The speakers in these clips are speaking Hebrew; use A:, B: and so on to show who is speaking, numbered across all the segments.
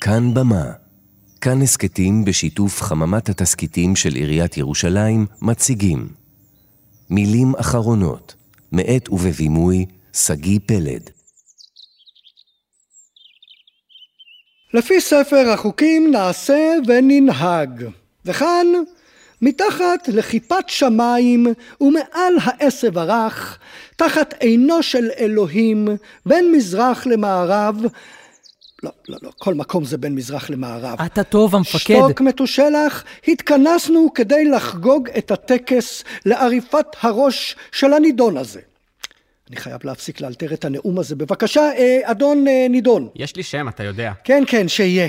A: כאן במה. כאן הסכתים בשיתוף חממת התסכיתים של עיריית ירושלים מציגים מילים אחרונות, מאת ובבימוי שגיא פלד.
B: לפי ספר החוקים נעשה וננהג. וכאן, מתחת לכיפת שמיים ומעל העשב הרך, תחת עינו של אלוהים, בין מזרח למערב, לא, לא, לא, כל מקום זה בין מזרח למערב.
C: אתה טוב, המפקד.
B: שתוק מתושלח, התכנסנו כדי לחגוג את הטקס לעריפת הראש של הנידון הזה. אני חייב להפסיק לאלתר את הנאום הזה. בבקשה, אה, אדון אה, נידון.
D: יש לי שם, אתה יודע.
B: כן, כן, שיהיה.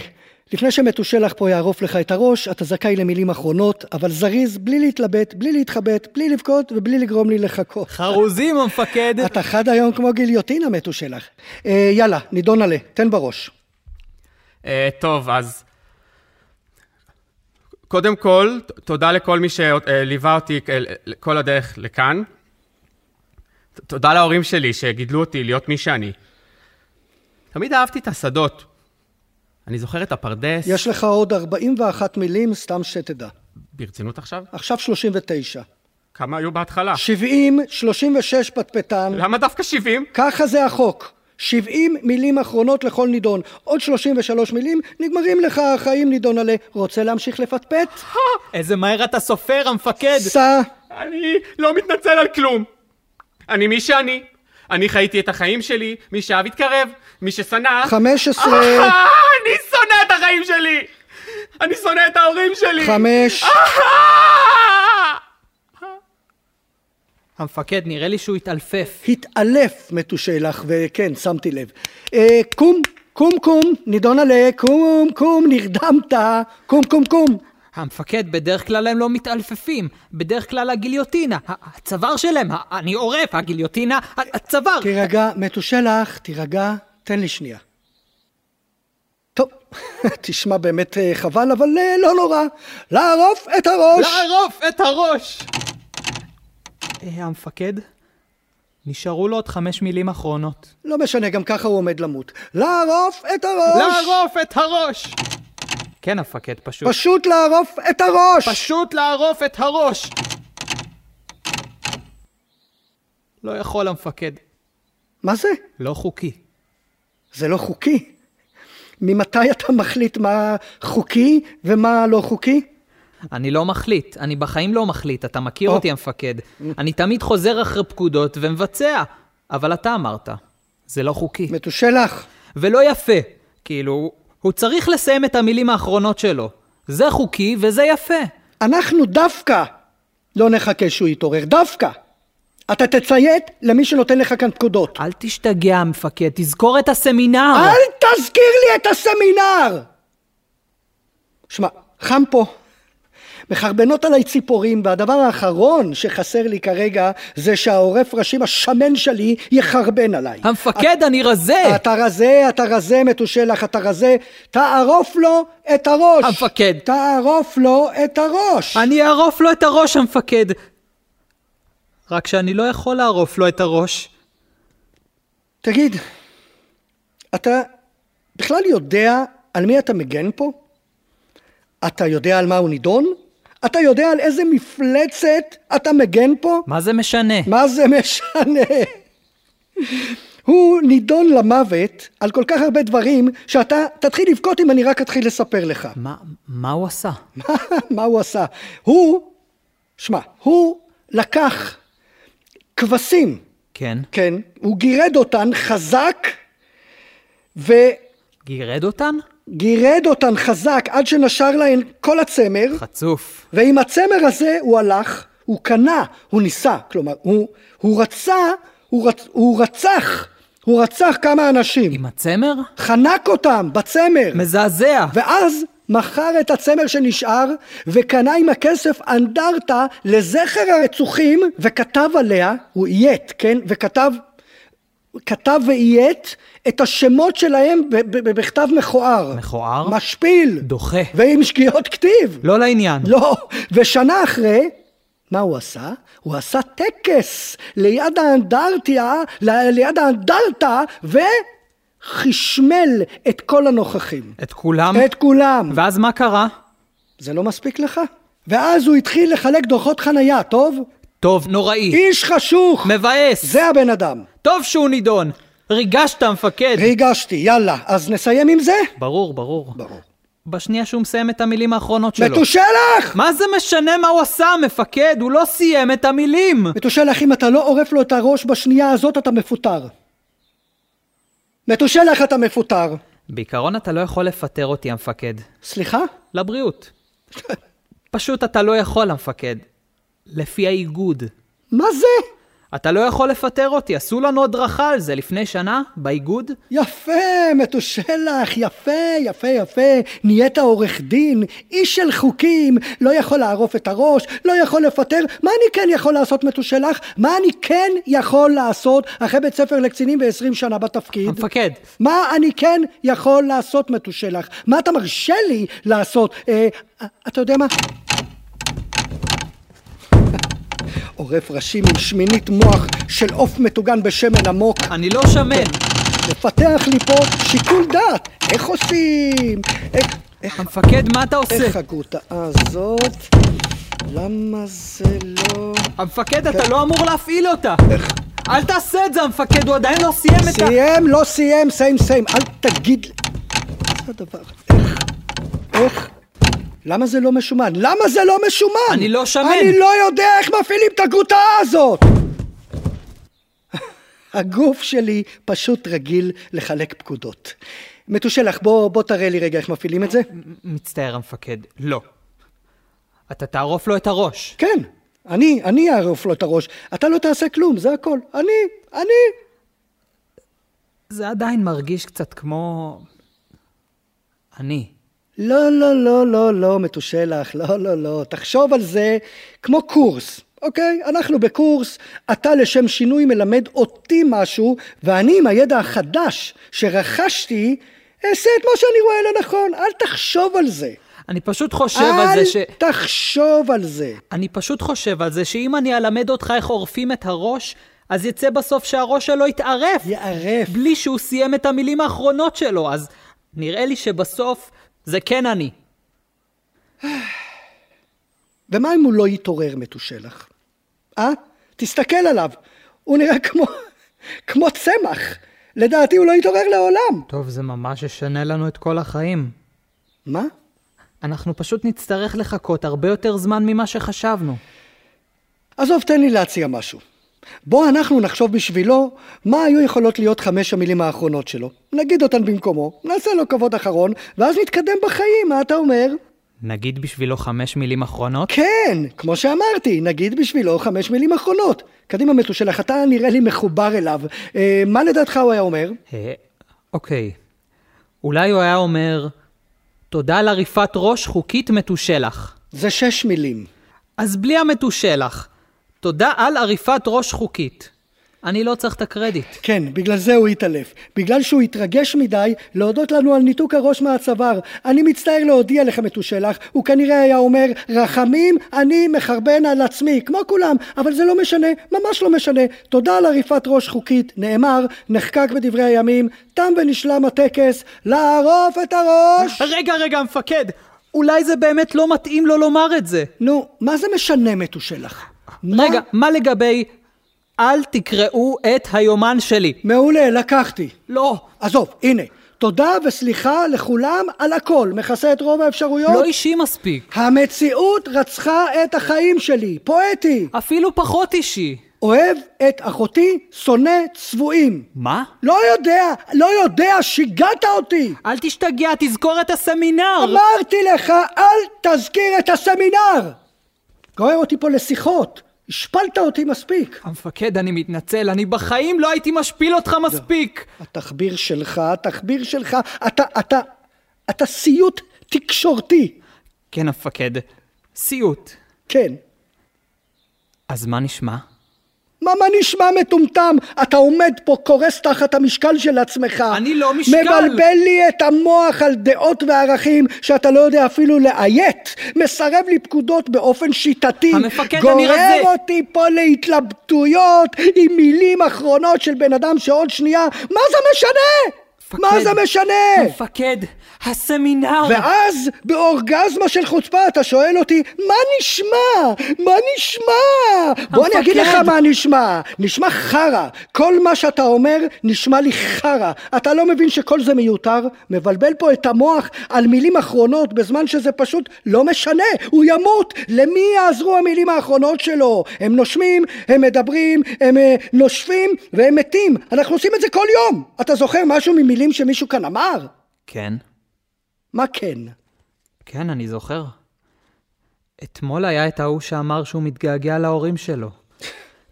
B: לפני שמתושלח פה יערוף לך את הראש, אתה זכאי למילים אחרונות, אבל זריז, בלי להתלבט, בלי להתחבט, בלי לבכות ובלי לגרום לי לחכות.
C: חרוזים, המפקד.
B: אתה חד היום כמו גיליוטינה, מתושלח. אה, יאללה, נידון עלה, תן בראש.
D: אה, טוב, אז... קודם כל, ת- תודה לכל מי שליווה אותי אה, כל הדרך לכאן. ת- תודה להורים שלי שגידלו אותי להיות מי שאני. תמיד אהבתי את השדות. אני זוכר את הפרדס.
B: יש לך עוד 41 מילים, סתם שתדע.
D: ברצינות עכשיו?
B: עכשיו 39.
D: כמה היו בהתחלה?
B: 70, 36 פטפטן.
D: למה דווקא 70?
B: ככה זה החוק. 70 מילים אחרונות לכל נידון. עוד 33 מילים, נגמרים לך החיים, נידון עלה. רוצה להמשיך לפטפט?
C: איזה מהר אתה סופר, המפקד.
B: סע.
D: אני לא מתנצל על כלום. אני מי שאני. אני חייתי את החיים שלי, מי שאהב התקרב, מי ששנא...
B: 15,
D: אה, אני שונא את החיים שלי! אני שונא את ההורים שלי!
B: 5,
D: אה!
C: המפקד, נראה לי שהוא התעלפף.
B: התעלף מתושלח, וכן, שמתי לב. אה, קום, קום, קום, נידון עלה, קום, קום, נרדמת, קום, קום, קום.
C: המפקד, בדרך כלל הם לא מתעלפפים. בדרך כלל הגיליוטינה, ה- הצוואר שלהם, ה- אני עורף, הגיליוטינה, ה- הצוואר.
B: תירגע, מתושלח, תירגע, תן לי שנייה. טוב, תשמע באמת אה, חבל, אבל אה, לא נורא. לערוף את הראש!
C: לערוף את הראש! אה, המפקד, נשארו לו עוד חמש מילים אחרונות.
B: לא משנה, גם ככה הוא עומד למות. לערוף את הראש!
C: לערוף את הראש! כן, המפקד, פשוט.
B: פשוט לערוף את הראש!
C: פשוט לערוף את הראש! לא יכול, המפקד.
B: מה זה?
C: לא חוקי.
B: זה לא חוקי. ממתי אתה מחליט מה חוקי ומה לא חוקי?
C: אני לא מחליט, אני בחיים לא מחליט, אתה מכיר
B: או.
C: אותי, המפקד. אני תמיד חוזר אחרי פקודות ומבצע, אבל אתה אמרת, זה לא חוקי.
B: מתושלח,
C: ולא יפה, כאילו, הוא צריך לסיים את המילים האחרונות שלו. זה חוקי וזה יפה.
B: אנחנו דווקא לא נחכה שהוא יתעורר, דווקא. אתה תציית למי שנותן לך כאן פקודות.
C: אל תשתגע, המפקד, תזכור את הסמינר.
B: אל תזכיר לי את הסמינר! שמע, חם פה. מחרבנות עליי ציפורים, והדבר האחרון שחסר לי כרגע זה שהעורף ראשים השמן שלי יחרבן עליי.
C: המפקד, אני רזה!
B: אתה רזה, אתה רזה, מתושלח, אתה רזה. תערוף לו את הראש.
C: המפקד.
B: תערוף לו את הראש.
C: אני אערוף לו את הראש, המפקד. רק שאני לא יכול לערוף לו את הראש.
B: תגיד, אתה בכלל יודע על מי אתה מגן פה? אתה יודע על מה הוא נידון? אתה יודע על איזה מפלצת אתה מגן פה?
C: מה זה משנה?
B: מה זה משנה? הוא נידון למוות על כל כך הרבה דברים שאתה תתחיל לבכות אם אני רק אתחיל לספר לך.
C: מה, מה הוא עשה?
B: מה הוא עשה? הוא, שמע, הוא לקח כבשים,
C: כן.
B: כן, הוא גירד אותן חזק, וגירד
C: גירד אותן?
B: אותן חזק עד שנשר להן כל הצמר,
C: חצוף.
B: ועם הצמר הזה הוא הלך, הוא קנה, הוא ניסה, כלומר, הוא, הוא רצה, הוא, רצ, הוא רצח, הוא רצח כמה אנשים,
C: עם הצמר?
B: חנק אותם בצמר.
C: מזעזע.
B: ואז מכר את הצמר שנשאר, וקנה עם הכסף אנדרטה לזכר הרצוחים, וכתב עליה, הוא איית, כן? וכתב, כתב ואיית את השמות שלהם ב- ב- ב- בכתב מכוער.
C: מכוער?
B: משפיל.
C: דוחה.
B: ועם שגיאות כתיב.
C: לא לעניין.
B: לא. ושנה אחרי, מה הוא עשה? הוא עשה טקס ליד האנדרטיה, ל- ליד האנדרטה, ו... חשמל את כל הנוכחים.
C: את כולם?
B: את כולם.
C: ואז מה קרה?
B: זה לא מספיק לך? ואז הוא התחיל לחלק דוחות חנייה, טוב?
C: טוב, נוראי.
B: איש חשוך!
C: מבאס.
B: זה הבן אדם.
C: טוב שהוא נידון. ריגשת, מפקד.
B: ריגשתי, יאללה. אז נסיים עם זה?
C: ברור, ברור.
B: ברור.
C: בשנייה שהוא מסיים את המילים האחרונות שלו.
B: מתושלח!
C: מה זה משנה מה הוא עשה, המפקד? הוא לא סיים את המילים!
B: מתושלח, אם אתה לא עורף לו את הראש בשנייה הזאת, אתה מפוטר. מתושלח, אתה מפוטר.
C: בעיקרון אתה לא יכול לפטר אותי, המפקד.
B: סליחה?
C: לבריאות. פשוט אתה לא יכול, המפקד. לפי האיגוד.
B: מה זה?
C: אתה לא יכול לפטר אותי, עשו לנו הדרכה על זה לפני שנה, באיגוד.
B: יפה, מתושלח, יפה, יפה, יפה. נהיית עורך דין, איש של חוקים, לא יכול לערוף את הראש, לא יכול לפטר. מה אני כן יכול לעשות, מתושלח? מה אני כן יכול לעשות אחרי בית ספר לקצינים ועשרים שנה בתפקיד?
C: המפקד,
B: מה אני כן יכול לעשות, מתושלח? מה אתה מרשה לי לעשות? אה, אתה יודע מה? עורף ראשים עם שמינית מוח של עוף מטוגן בשמן עמוק.
C: אני לא שמן.
B: לפתח לי פה שיקול דעת. איך עושים? איך, איך,
C: המפקד, מה אתה עושה?
B: איך הגרוטאה הזאת? למה זה לא...
C: המפקד, אתה לא אמור להפעיל אותה. אל תעשה את זה, המפקד, הוא עדיין לא סיים את ה...
B: סיים, לא סיים, סיים, סיים. אל תגיד... זה הדבר. איך? איך? למה זה לא משומן? למה זה לא משומן?
C: אני לא שמן.
B: אני לא יודע איך מפעילים את הגרוטאה הזאת! הגוף שלי פשוט רגיל לחלק פקודות. מתושלח, בוא, בוא תראה לי רגע איך מפעילים את זה.
C: מצטער, המפקד, לא. אתה תערוף לו את הראש.
B: כן, אני, אני אערוף לו את הראש. אתה לא תעשה כלום, זה הכל. אני, אני.
C: זה עדיין מרגיש קצת כמו... אני.
B: לא, לא, לא, לא, לא, מתושלח, לא, לא, לא. תחשוב על זה כמו קורס, אוקיי? אנחנו בקורס, אתה לשם שינוי מלמד אותי משהו, ואני עם הידע החדש שרכשתי, אעשה את מה שאני רואה לנכון. אל תחשוב על זה.
C: אני פשוט חושב על זה ש...
B: אל תחשוב על זה.
C: אני פשוט חושב על זה שאם אני אלמד אותך איך עורפים את הראש, אז יצא בסוף שהראש שלו יתערף.
B: יערף.
C: בלי שהוא סיים את המילים האחרונות שלו, אז נראה לי שבסוף זה כן אני.
B: ומה אם הוא לא יתעורר מתושלח? אה? תסתכל עליו. הוא נראה כמו, כמו צמח. לדעתי הוא לא יתעורר לעולם.
C: טוב, זה ממש ישנה לנו את כל החיים.
B: מה?
C: אנחנו פשוט נצטרך לחכות הרבה יותר זמן ממה שחשבנו.
B: עזוב, תן לי להציע משהו. בוא אנחנו נחשוב בשבילו מה היו יכולות להיות חמש המילים האחרונות שלו. נגיד אותן במקומו, נעשה לו כבוד אחרון, ואז נתקדם בחיים, מה אתה אומר?
C: נגיד בשבילו חמש מילים אחרונות?
B: כן, כמו שאמרתי, נגיד בשבילו חמש מילים אחרונות. קדימה מתושלח, אתה נראה לי מחובר אליו. אה, מה לדעתך הוא היה אומר?
C: אה, אוקיי. אולי הוא היה אומר, תודה על עריפת ראש חוקית מתושלח.
B: זה שש מילים.
C: אז בלי המתושלח, תודה על עריפת ראש חוקית. אני לא צריך את הקרדיט.
B: כן, בגלל זה הוא התעלף. בגלל שהוא התרגש מדי להודות לנו על ניתוק הראש מהצוואר. אני מצטער להודיע לך מתושלח, הוא כנראה היה אומר, רחמים, אני מחרבן על עצמי, כמו כולם, אבל זה לא משנה, ממש לא משנה. תודה על עריפת ראש חוקית, נאמר, נחקק בדברי הימים, תם ונשלם הטקס, לערוף את הראש!
C: רגע, רגע, המפקד! אולי זה באמת לא מתאים לו לומר את זה.
B: נו, מה זה משנה מתושלח? מה?
C: רגע, מה לגבי אל תקראו את היומן שלי?
B: מעולה, לקחתי.
C: לא,
B: עזוב, הנה. תודה וסליחה לכולם על הכל, מכסה את רוב האפשרויות.
C: לא אישי מספיק.
B: המציאות רצחה את החיים שלי, פואטי.
C: אפילו פחות אישי.
B: אוהב את אחותי, שונא צבועים.
C: מה?
B: לא יודע, לא יודע, שיגעת אותי!
C: אל תשתגע, תזכור את הסמינר!
B: אמרתי לך, אל תזכיר את הסמינר! גורר אותי פה לשיחות, השפלת אותי מספיק.
C: המפקד, אני מתנצל, אני בחיים לא הייתי משפיל אותך מספיק!
B: התחביר שלך, התחביר שלך, אתה, אתה, אתה סיוט תקשורתי.
C: כן, המפקד, סיוט.
B: כן.
C: אז מה נשמע?
B: מה, מה נשמע מטומטם? אתה עומד פה, קורס תחת המשקל של עצמך.
C: אני לא משקל.
B: מבלבל לי את המוח על דעות וערכים שאתה לא יודע אפילו לאיית. מסרב לי פקודות באופן שיטתי.
C: המפקד,
B: גורר
C: אני רזה.
B: אותי פה להתלבטויות עם מילים אחרונות של בן אדם שעוד שנייה, מה זה משנה?
C: המפקד.
B: מה זה משנה?
C: המפקד, הסמינר.
B: ואז באורגזמה של חוצפה אתה שואל אותי מה נשמע? מה נשמע? בוא אני אגיד לך
C: המפקד.
B: מה נשמע. נשמע חרא. כל מה שאתה אומר נשמע לי חרא. אתה לא מבין שכל זה מיותר? מבלבל פה את המוח על מילים אחרונות בזמן שזה פשוט לא משנה. הוא ימות. למי יעזרו המילים האחרונות שלו? הם נושמים, הם מדברים, הם אה, נושפים והם מתים. אנחנו עושים את זה כל יום. אתה זוכר משהו ממילים שמישהו כאן אמר?
C: כן,
B: מה כן?
C: כן, אני זוכר. אתמול היה את ההוא שאמר שהוא מתגעגע להורים שלו.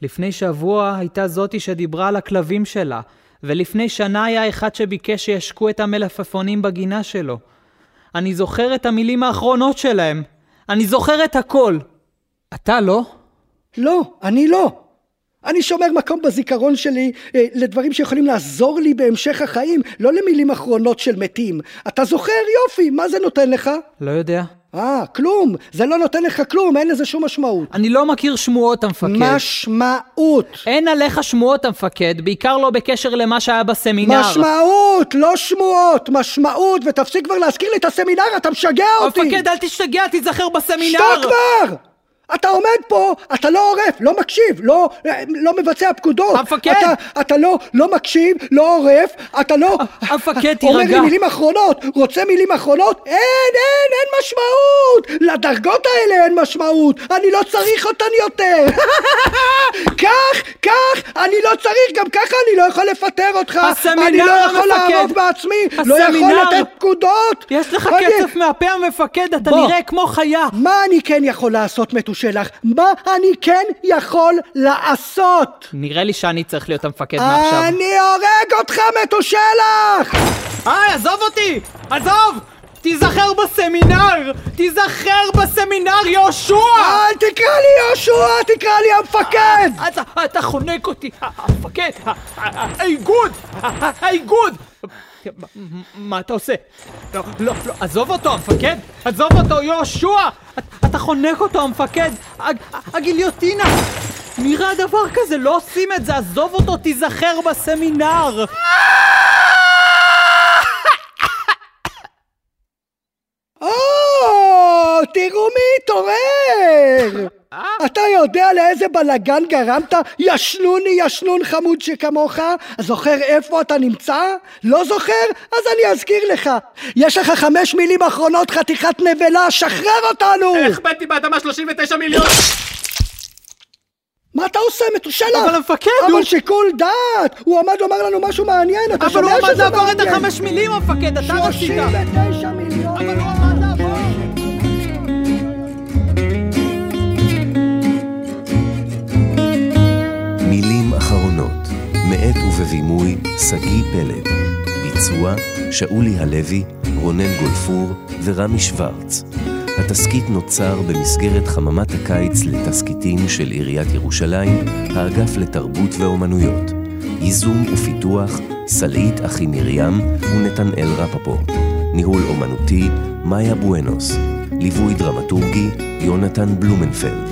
C: לפני שבוע הייתה זאתי שדיברה על הכלבים שלה, ולפני שנה היה אחד שביקש שישקו את המלפפונים בגינה שלו. אני זוכר את המילים האחרונות שלהם. אני זוכר את הכל. אתה לא?
B: לא, אני לא. אני שומר מקום בזיכרון שלי אה, לדברים שיכולים לעזור לי בהמשך החיים, לא למילים אחרונות של מתים. אתה זוכר? יופי, מה זה נותן לך?
C: לא יודע.
B: אה, כלום. זה לא נותן לך כלום, אין לזה שום משמעות.
C: אני לא מכיר שמועות, המפקד.
B: משמעות.
C: אין עליך שמועות, המפקד, בעיקר לא בקשר למה שהיה בסמינר.
B: משמעות, לא שמועות, משמעות, ותפסיק כבר להזכיר לי את הסמינר, אתה משגע אותי.
C: המפקד, אל תשתגע, תיזכר בסמינר!
B: שתוק כבר! אתה עומד פה, אתה לא עורף, לא מקשיב, לא, לא מבצע פקודות.
C: המפקד!
B: אתה, אתה לא, לא מקשיב, לא עורף, אתה לא...
C: המפקד,
B: אומר לי
C: תירגע.
B: מילים אחרונות, רוצה מילים אחרונות? אין, אין, אין משמעות! לדרגות האלה אין משמעות! אני לא צריך אותן יותר! כך, כך, אני לא צריך, גם ככה אני לא יכול לפטר אותך!
C: הסמינר,
B: אני לא יכול
C: המפקד.
B: לעמוד בעצמי! לא יכול
C: הסמינר.
B: לתת פקודות!
C: יש לך
B: אני-
C: כסף מהפה, המפקד, אתה
B: בוא.
C: נראה כמו חיה!
B: מה אני כן יכול לעשות, מתושלח? מה אני כן יכול לעשות?
C: נראה לי שאני צריך להיות המפקד מעכשיו.
B: אני הורג אותך, מתושלח!
C: היי, עזוב אותי! עזוב! תיזכר בסמינר! תיזכר בסמינר, יהושע!
B: אל תקרא לי יהושע, תקרא לי המפקד!
C: אתה, אתה חונק אותי, המפקד, ה- ה- ה- האיגוד, ה- ה- האיגוד! מה- מה אתה עושה? לא, לא, לא, עזוב אותו, המפקד! עזוב אותו, יהושע! את- אתה חונק אותו, המפקד! הג- הגיליוטינה! נראה דבר כזה, לא עושים את זה, עזוב אותו, תיזכר בסמינר!
B: או, תראו מי התעורר!
C: אה?
B: אתה יודע לאיזה בלגן גרמת? ישנוני, ישנון חמוד שכמוך? זוכר איפה אתה נמצא? לא זוכר? אז אני אזכיר לך. יש לך חמש מילים אחרונות, חתיכת נבלה, שחרר אותנו!
D: החבאתי באדמה 39 מיליון!
B: מה אתה עושה, מתושלח?
C: אבל המפקד,
B: אבל
C: הוא-
B: שיקול דעת! הוא עמד לומר לנו משהו מעניין, אתה
C: אבל
B: שומע
C: הוא
B: שזה מעניין.
C: עמד לעבור את החמש מילים, המפקד, אתה רצית!
B: 39 מיליון.
C: אבל הוא עמד לעבור!
A: מילים אחרונות, מאת ובבימוי שגיא פלד. ביצוע שאולי הלוי, רונן גולפור ורמי שוורץ. התסכית נוצר במסגרת חממת הקיץ לתסכיתים של עיריית ירושלים, האגף לתרבות ואומנויות. ייזום ופיתוח, סלעית אחי מרים ונתנאל רפפורט. ניהול אומנותי, מאיה בואנוס. ליווי דרמטורגי, יונתן בלומנפלד.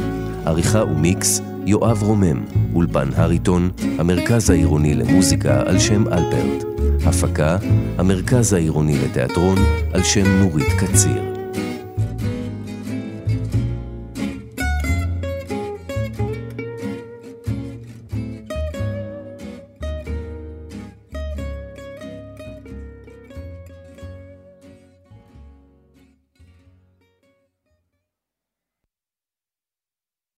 A: עריכה ומיקס, יואב רומם, אולפן הריטון, המרכז העירוני למוזיקה על שם אלברט. הפקה, המרכז העירוני לתיאטרון על שם נורית קציר.